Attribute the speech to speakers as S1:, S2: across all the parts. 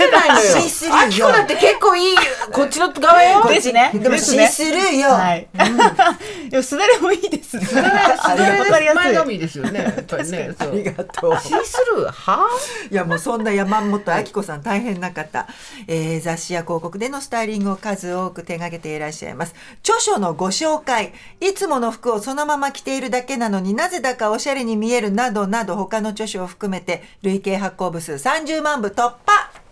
S1: 言ったじゃないのよ
S2: シースルーよ
S1: あきこだって結構いいこっちの側 よ
S3: ですね。
S2: でもシースルーよ、
S3: はい。 でもすだれもいいですね。す
S1: すだ
S3: わかり
S1: れで
S3: やす
S1: 前
S3: い。
S1: 髪ですよねやっぱりねそ
S2: あ
S1: う
S2: りがとう
S1: シースルー はあ
S2: いやもうそんな山本明子さん大変な方、えー雑誌や広告でのスタイリングを数多く手掛けていらっしゃいます著書のご紹介いつもの服をそのまま着ているだけなのになぜだかおしゃれに見えるなどなど他の著書を含めて累計発行部数30万部突破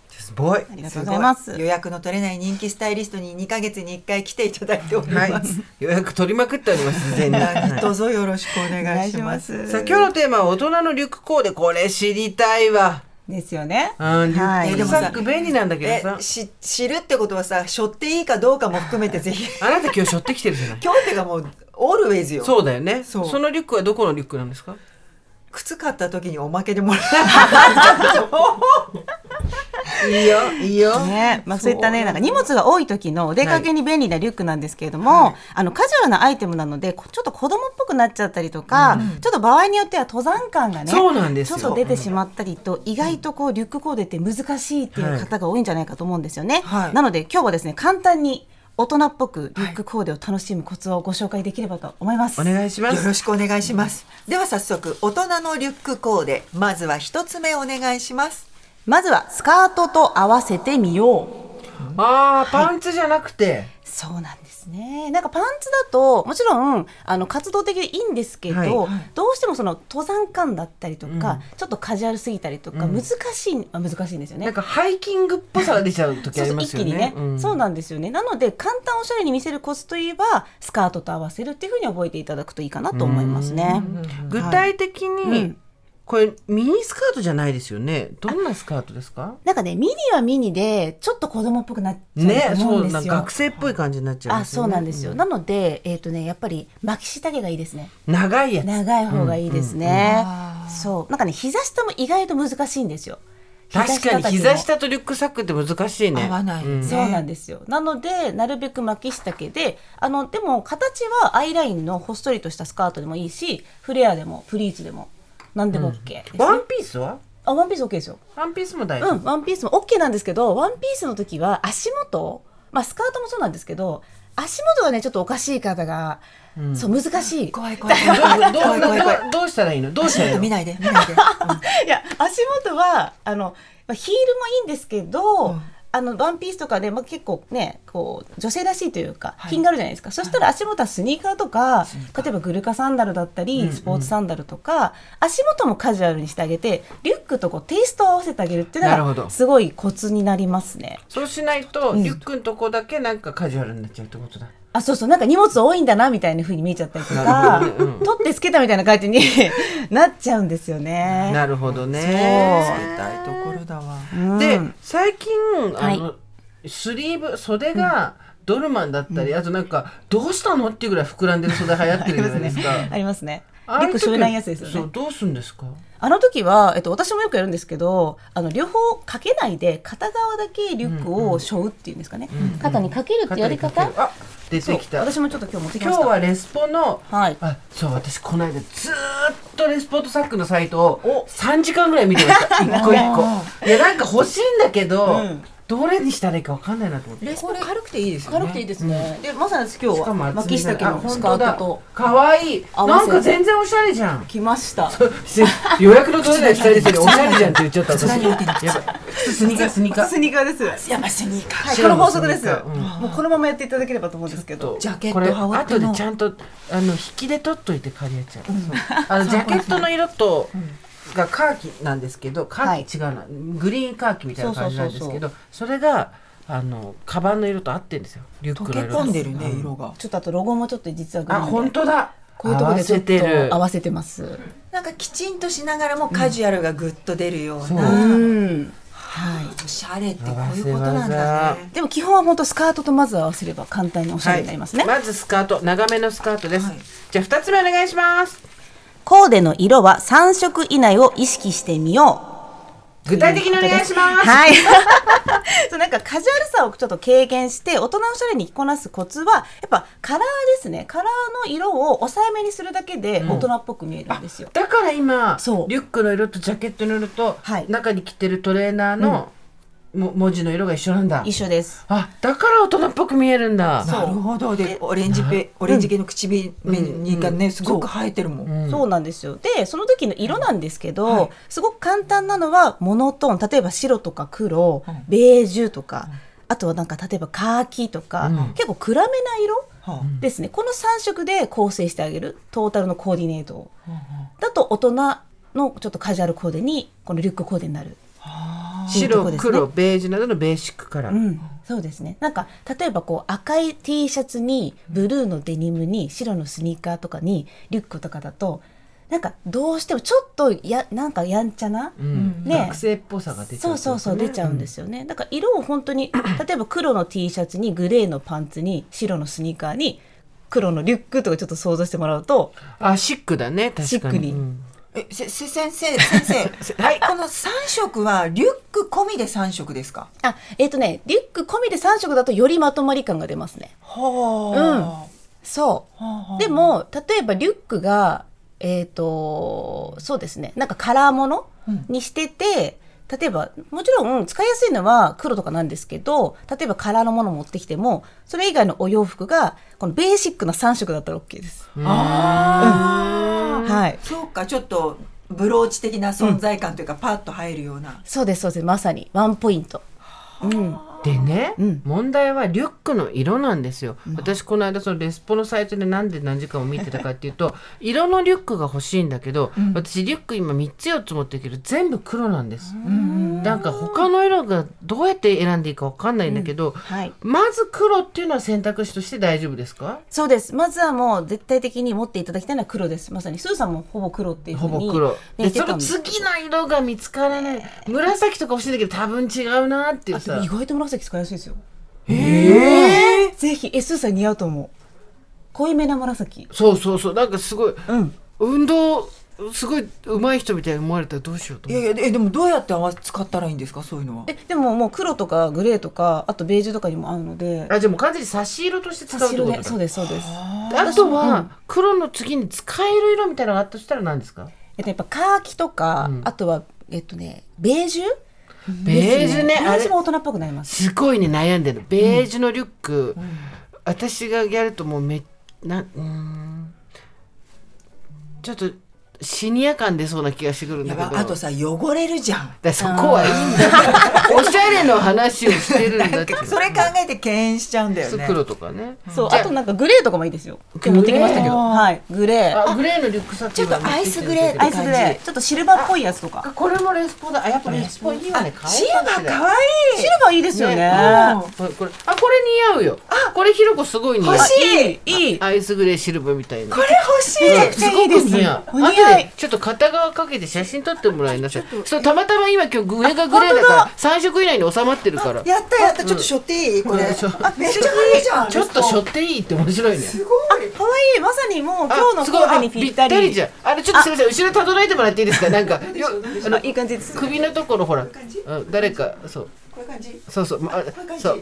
S2: すごいあ
S3: りがとうございます
S2: 予約の取れない人気スタイリストに2ヶ月に1回来ていただいております、
S1: 予約取りまくっております事 前に
S2: 何卒よろしくお願いします
S3: お願いします
S1: さあ今日のテーマは大人のリュックコーデこれ知りたいわ。
S3: ですよね。
S1: うん、リュ
S3: はい
S1: ックサック便利なんだけど
S2: え
S1: さ、
S2: し知るってことはさ背負っていいかどうかも含めてぜひ
S1: あなた今日背負ってきてるじゃ ない。
S2: 今日ってがもうオールウェイズよ
S1: そうだよね。
S2: そう
S1: そのリュックはどこのリュックなんですか。
S2: 靴買った時におまけでもらう
S1: いいよいいよ。
S3: ね、まあ、そういったね、なんか荷物が多い時のお出かけに便利なリュックなんですけれども。あのカジュアルなアイテムなので、こちょっと子供っぽくなっちゃったりとか、ちょっと場合によっては登山感がね。
S1: そうなんです
S3: ち
S1: よ
S3: ょっと出てしまったりと、意外とこうリュックコーデって難しいっていう方が多いんじゃないかと思うんですよね。
S2: はい
S3: なので、今日はですね、簡単に大人っぽくリュックコーデを楽しむコツをご紹介できればと思います。
S1: お願いしま
S2: よ
S1: す。
S2: ろしくお願いしますでは早速大人のリュックコーデまずは一つ目お願いします
S3: まずはスカートと合わせてみよう。
S1: ああパンツじゃなくて、
S3: そうなんですね。なんかパンツだともちろんあの活動的でいいんですけど、
S1: はいは
S3: どうしてもその登山感だったりとか、
S1: うん
S3: ちょっとカジュアルすぎたりとか、
S1: うん
S3: 難しいあ難しいんですよね。
S1: なんかハイキングっぽさが出ちゃう時
S3: そ
S1: あり
S3: うそう
S1: ま
S3: 一
S1: すよ
S3: 気に
S1: ね。
S3: ね、
S1: ん
S3: そうなんですよねなので簡単おしゃれに見せるコツといえばスカートと合わせるっていうふうに覚えていただくといいかなと思いますね
S1: 具体的に、
S3: うん
S1: これミニスカートじゃないですよね。どんなスカートですか。
S3: なんかねミニはミニでちょっと子供っぽくなっちゃ
S1: ね
S3: う、と思
S1: そううん
S3: で
S1: なん
S3: す
S1: か
S3: よ、
S1: 学生っぽい感じになっちゃう
S3: あそうなんですよ、なのでえっ、とねやっぱり巻き下げがいいですね
S1: 長いやつ。
S3: 長い方がいいですね、
S2: うんあー
S3: そうなんかね膝下も意外と難しいんですよ
S1: 確かに
S3: 丈も
S1: 膝下とリュックサックって難しいね。
S2: 合わない
S1: うん
S3: そうなんですよなのでなるべく巻き下丈であのでも形はアイラインのほっそりとしたスカートでもいいしフレアでもプリーツでも何でも OK です、
S1: ワンピースは
S3: あワンピース OK ですよ
S1: ワンピースも大丈夫。
S3: うんワンピースも OK なんですけどワンピースの時は足元まあスカートもそうなんですけど足元がねちょっとおかしい方が、そう難しい
S2: 怖い怖い
S1: どう
S2: 怖い
S1: ど
S2: 怖
S1: う
S2: い怖い怖い
S1: どう どうしたらいいのどうし
S2: ち
S1: た
S2: ょ
S1: らいい
S2: っと
S1: の
S2: 見ないで見ないで、
S3: いや足元はあのまあヒールもいいんですけど、あのワンピースとかで、まあ、結構ねこう女性らしいというか、
S2: はい
S3: 品があるじゃないですか、そしたら足元はスニーカーとか例えばグルカサンダルだったり、スポーツサンダルとか足元もカジュアルにしてあげてリュックとこうテイストを合わせてあげるっていう
S1: なるほ
S3: の
S1: ど
S3: がすごいコツになりますね。
S1: そうしないと、リュックのとこだけなんかカジュアルになっちゃうってことだ。
S3: あそうそうなんか荷物多いんだなみたいな風に見えちゃったりと
S1: な
S3: か
S1: る、ほどねうん
S3: 取ってつけたみたいな感じに なっちゃうんですよね。
S1: なるほどね。
S2: 見たいところだわ
S3: うん
S1: で、最近、あの、
S3: は
S1: スリーブ、袖が、ドルマンだったり、あとなんか、どうしたのっていうぐらい膨らんでる袖流行ってるじゃないですか。
S3: ありますね。リ
S1: ああい
S3: ュ
S1: う
S3: ック
S1: 時
S3: 背負えないやつですよね。
S1: そう、どうすんですか
S3: あの時は、えっと、私もよくやるんですけどあの両方かけないで片側だけリュックを背負うっていうんですかね、肩にかけるってやり方
S1: 肩にかけるあ、出
S3: そう
S1: てきた。
S3: 私もちょっと今日持ってきま
S1: 今
S3: し
S1: 日
S3: た
S1: はレスポの、
S3: はい
S1: あそう私この間ずーっとレスポートサックのサイトを3時間ぐらい見てました一個一個いやなんか欲しいんだけど、
S3: ん
S1: どれにしたらいいかわかんないなと思って
S4: レースも軽くていいですよね
S3: 軽くていいですね。で、まさに今日
S1: しか
S3: は
S1: も厚
S3: 巻
S1: み
S3: 下家
S1: があ
S3: のスカ
S1: 本当
S3: ー
S1: だ
S3: トと
S1: かわいい
S3: 合わ
S1: な
S3: せ
S1: んか全然おしゃれじゃん
S3: 来ました。
S1: 予約の取れない2人ですよねおしゃれじゃんって言っちゃった私
S2: 何置いてんの
S1: やばい靴スニーカースニーカー
S3: スニーカーです。
S4: やばいスニーカー
S3: はい、こ
S1: 白
S3: の
S1: の
S3: 法
S1: スニーカー
S3: 則です。
S1: うん
S3: もうこのままやっていただければと思うんですけど。
S2: ジャケット
S1: これ
S2: 羽織って
S1: 後
S2: の
S1: でちゃんとあの引きで取っといてカリアちゃん、あのジャケットの色とがカーキなんですけどカーキ違うな、グリーンカーキみたいな感じなんですけどそれがあのカバンの色と合ってるんですよリュッ
S2: 溶
S1: ク
S2: け
S1: の色
S2: 込んでるね
S1: うん
S2: 色が
S3: ちょっとあとロゴもちょっと実はグリ
S1: あ
S3: ーンで
S1: 本当だ
S3: こういうところでちょ
S1: 合わ
S3: っ
S1: せてる
S3: と合わせてます。
S2: なんかきちんとしながらもカジュアルがぐっと出るよう
S1: そう
S3: う
S2: な、
S3: ん。はい。
S2: おしゃれってこういうことなんだね
S3: でも基本は本当スカートとまず合わせれば簡単におしゃれになりますね。
S1: はい、まずスカート長めのスカートです、
S2: はい
S1: じゃあ2つ目お願いします
S3: コーデの色は3色以内を意識してみよ
S1: 具体的にお願いし
S3: う。
S1: ます、
S3: はい。 そうなんかカジュアルさをちょっと軽減して大人おしゃれに着こなすコツはやっぱカラーですね。カラーの色を抑えめにするだけで大人っぽく見えるんですよ。
S1: だから今
S3: そう
S1: リュックの色とジャケットの色と、
S3: はい
S1: 中に着てるトレーナーの、も文字の色が一緒なんだ
S3: 一緒です。
S1: あだから大人っぽく見えるんだ
S2: なるほどでオレンジペオレンジ系の唇にがねすごく生えてるもん、
S1: ん
S3: そうなんですよでその時の色なんですけど、すごく簡単なのはモノトーン例えば白とか黒、ベージュとか、あとはなんか例えばカーキとか、
S1: うん
S3: 結構暗めな色
S2: はあ
S3: ですねこの3色で構成してあげるトータルのコーディネートを、だと大人のちょっとカジュアルコーデにこのリュックコーデになる。っていうと
S1: 白、
S3: こですね
S1: 黒ベージュなどのベーシックカラー、
S3: うん、そうですねなんか例えばこう赤い T シャツにブルーのデニムに白のスニーカーとかにリュックとかだとなんかどうしてもちょっとやなんかやんちゃな、
S1: うん
S3: ね
S1: 学生っぽさが出ちゃ
S3: そうそうそう出ちゃうんですすよね、だから色を本当 に例えば黒の T シャツにグレーのパンツに白のスニーカーに黒のリュックとかちょっと想像してもらうと
S1: あシックだね確かに
S3: シックに
S1: うん
S2: えせせ先生先 生
S1: はい
S2: この三色はリュック込みで三色ですか
S3: あえっ、とねリュック込みで3色だとよりまとまり感が出ますね
S2: ほ
S3: そう
S2: う
S3: でも例えばリュックがえっ、とそうですねなんかカラーものにしてて、例えばもちろん使いやすいのは黒とかなんですけど例えばカラーのもの持ってきてもそれ以外のお洋服がこのベーシックな3色だったら OK です。
S2: ああ、
S3: はい
S2: そうかちょっとブローチ的な存在感というか、パッと入るような
S3: そうですそうですまさにワンポイント。うん、
S1: でね、
S3: うん
S1: 問題はリュックの色なんですよ、私この間そのレスポのサイトで何で何時間も見てたかっていうと 色のリュックが欲しいんだけど、私リュック今3つ4つ持ってるけど全部黒なんです、なんか他の色がどうやって選んでいいか分かんないんだけど、
S3: はい
S1: まず黒っていうのは選択肢として大丈夫ですか
S3: そうですまずはもう絶対的に持っていただきたいのは黒ですまさにスーさんもほぼ黒っていうふ
S1: ほ
S3: うに
S1: ぼ黒
S3: ね
S1: で
S3: 言って
S1: そ
S3: た
S1: の
S3: んですけど
S1: 次の色が見つからない紫とか欲しいんだけど多分違うなっていう
S3: あで
S1: さ
S3: も意外と紫使いやすいですよ
S2: ええ
S3: ぜひえスーさん似合うと思う濃いめな紫
S1: そうそうそうなんかすごい
S3: うん
S1: 運動すごい上手い人みたいに思われたらどうしようと
S2: い
S1: 思
S2: や
S1: う
S2: いやえでもどうやって合わ使ったらいいんですかそういうのは
S3: えでももう黒とかグレーとかあとベージュとかにも合うので
S1: あじゃあもう完全に差し色として使う
S3: 差
S1: って
S3: し
S1: こと
S3: 色でそう
S1: だ
S3: ですそうです
S1: あとは黒の次に使える色みたいなのがあったとしたら何ですか
S3: えっとやっぱカーキとか、あとはえっとねベージュ
S1: ベージュね
S3: ベ
S1: あ
S3: ージ
S1: れ
S3: ュも大人っぽくなります
S1: すごいね悩んでるベージュのリュック私がやるともうめなうーんちょっとシニア感出そうな気がしてくるんだ
S2: や
S1: け
S2: ば
S1: ど
S2: あとさ汚れるじゃん
S1: だからそこはいいん だよおしゃれの話をしてるんだって
S2: それ考えて敬遠しちゃうんだよね
S1: 黒とかね
S3: そう
S1: じゃ
S3: あとなんかグレーとかもいいですよ今日持ってきましたけどはいグレー
S1: あグレーのリュックサック
S2: ちょっとアイスグレー
S3: アイスグレーちょっとシルバーっぽいやつとか
S1: これもレスポだ。あ、やっぱレスポいいよね。
S2: シーバかわいい
S3: シルバーいいですよね
S1: あ、これ、これあ、これ似合うよ。あ、これひろこすごい似合う。
S2: 欲し
S3: いいいい
S1: アイスグレーシルバーみたいな
S2: こ。れ欲しい
S1: うん
S3: めちゃくちゃいいです
S1: ごく似合う。
S3: お似合い
S1: 後でちょっと片側かけて写真撮ってもらいなさい。そうたまたま今今日上がグレーだから三色以内に収まってるから。
S2: やったやったちょっとしょっていいこれあめっ
S1: うん
S2: ち
S1: ち
S2: ゃ
S1: ょ
S2: いいじゃん
S1: ちょっとしょっていいって面白いね。
S2: すごい
S3: 可愛いまさにもう今日の
S1: あすごい
S3: 神戸にぴったり
S1: あじゃん。あれちょっとすみません後ろたどらいてもらっていいですか。なんかよあの
S3: いい感じです
S1: 首のところほら、うん誰かそう
S2: こういう感じ
S1: そうそうまあ
S2: こういう感じ
S1: そう。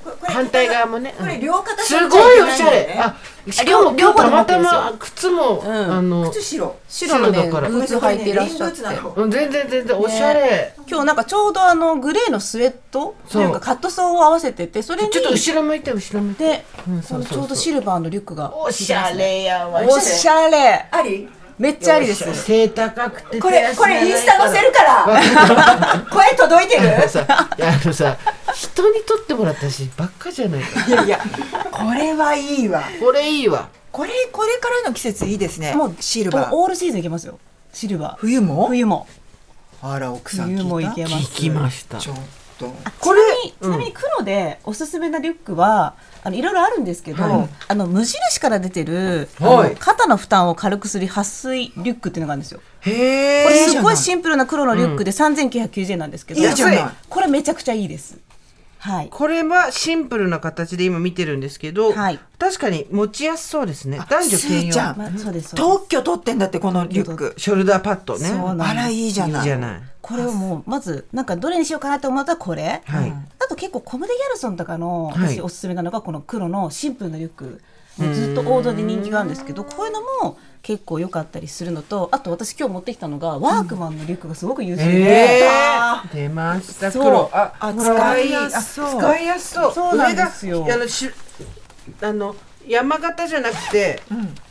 S2: ここれ
S1: 反対側もね、
S2: これ
S1: うん
S2: 両肩
S1: すごいおしゃれ
S2: 立ちゃいけないんだよね
S1: あしかも
S3: 両
S1: 今日た
S3: 方で持
S1: ま
S3: って
S1: た
S3: るんですよ
S1: ま靴も、
S3: うん
S1: あの
S2: 靴白
S3: 白のね
S1: 白だから
S3: ブーツ履いていらっしゃ
S2: レ
S3: っ
S2: イン
S3: て
S2: ブーツなの
S1: うん全然全然おしゃれ、
S3: 今日なんかちょうどあのグレーのスウェット
S1: そう
S3: なんかカットソーを合わせててそれに
S1: ちょっと後ろ向いて後ろ向いて
S3: で、
S1: うんそうそうそう
S3: このちょうどシルバーのリュックが
S1: おしゃれやわ
S3: おしゃれ
S2: あり
S3: めっちゃありです
S1: 背高くて
S2: これこれインスタ載せるから声届いて
S1: あ の
S2: る
S1: さいやあのさ人に撮ってもらったしばっかじゃないか
S2: いやいやこれはいいわ
S1: これいいわ
S2: これこれからの季節いいですね
S3: もう
S2: シルバー
S3: オールシーズンいけますよシルバー
S2: 冬も
S3: 冬も
S2: あら奥さん
S3: 冬も
S2: 聞い
S3: い
S2: た
S3: けます
S1: 聞きました
S2: ちょっと
S3: これちなみにちなみに黒でおすすめなリュックはあのいろいろあるんですけど、
S1: はい
S3: あの無印から出てる、
S1: はい
S3: あの肩の負担を軽くする撥水リュックっていうのがあるんですよ。
S1: へ
S3: これ
S2: いいじ
S3: す
S2: ゃ
S3: ご
S2: ない
S3: いシンプルな黒のリュックで3990円なんですけど、
S2: いいじゃない
S3: これめちゃくちゃいいです。はい。
S1: これはシンプルな形で今見てるんですけど、
S3: はい
S1: 確かに持ちやすそうですね男女
S2: スー
S1: 兼
S2: ちゃ
S1: 用
S2: ん
S3: まあ、そうですそうです。
S2: 特許取ってんだってこのリュック
S1: ショルダーパッドね
S3: そうなんです
S2: あらいいじゃ
S1: い
S2: ないい
S1: じゃない
S3: これをもうまずなんかどれにしようかなと思ったらこれ、
S1: はい
S3: あと結構コムデ・ギャルソンとかの
S1: はい
S3: 私おすすめなのがこの黒のシンプルなリュック、もうずっと王道で人気があるんですけどこういうのも結構良かったりするのとあと私今日持ってきたのがワークマンのリュックがすごく優秀
S1: え
S3: で、
S1: ー、出ました
S3: そう
S1: 黒あ
S2: あ
S1: これはい
S2: 使いやすそう
S1: あ使いやすそう
S3: そうなんですよ
S1: 上があのしあの山形じゃなくて、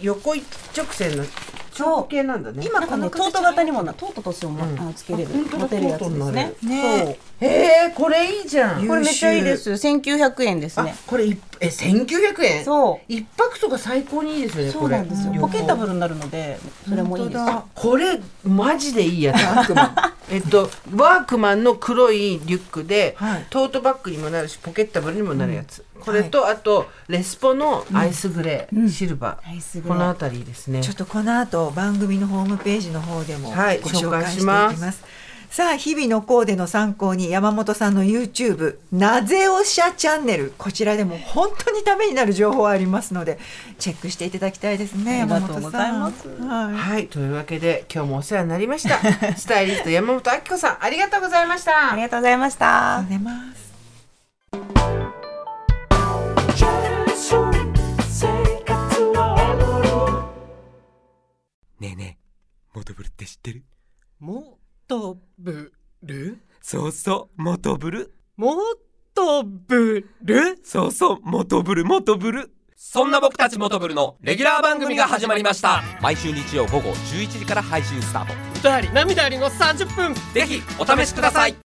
S1: 横一直線の長方形なんだね
S3: 今このトート型にもなトートとしても、
S1: ん
S3: あのつけれる
S1: あ本当だ
S3: 持てるやつですね
S1: トー。ト
S2: ね
S3: そう
S1: えー、これいいじゃん
S2: 優秀
S3: これめっちゃいいです。1900円です
S1: あ
S3: ね。
S1: これいえ1900円
S3: そう
S1: 一泊とか最高にいいですよね
S3: そうなんです
S1: こ
S3: よ。
S1: れ
S3: ポケットブ
S1: ル
S3: ルになるのでそれもいいです。
S2: 本
S1: これマジでいいやつワークマンえっとワークマンの黒いリュックで、
S2: はい
S1: トートバッグにもなるしポケットブルにもなるやつ、これと、あとレスポのアイスグレー、シルバー、
S3: アイスグレ
S1: こ
S3: ー
S1: の辺りですね
S2: ちょっとこの後番組のホームページの方でもご
S1: はい
S2: 紹介していき
S1: 紹
S2: ま
S1: 介
S2: す,、
S1: しま
S2: さあ日々のコーデの参考に山本さんの YouTube なぜおしゃチャンネルこちらでも本当にためになる情報ありますのでチェックしていただきたいですね
S3: ありが
S2: 山
S3: とう
S2: 本
S3: ご
S2: さ
S3: ざい
S2: ん
S3: ます
S2: はい
S1: はいというわけで今日もお世話になりましたスタイリスト山本明子さんありがとうございました
S3: ありがとうございました。
S2: 寝ます
S4: ねえねえ、モトブルって知ってる
S5: もとぶる
S4: そうそう、モトブル。
S5: もとぶる
S4: そうそう、モトブル、モトブル。
S6: そんな僕たちモトブルのレギュラー番組が始まりました
S4: 毎週日曜午後11時から配信スタート。
S5: 歌あり涙ありの30分
S6: ぜひお試しください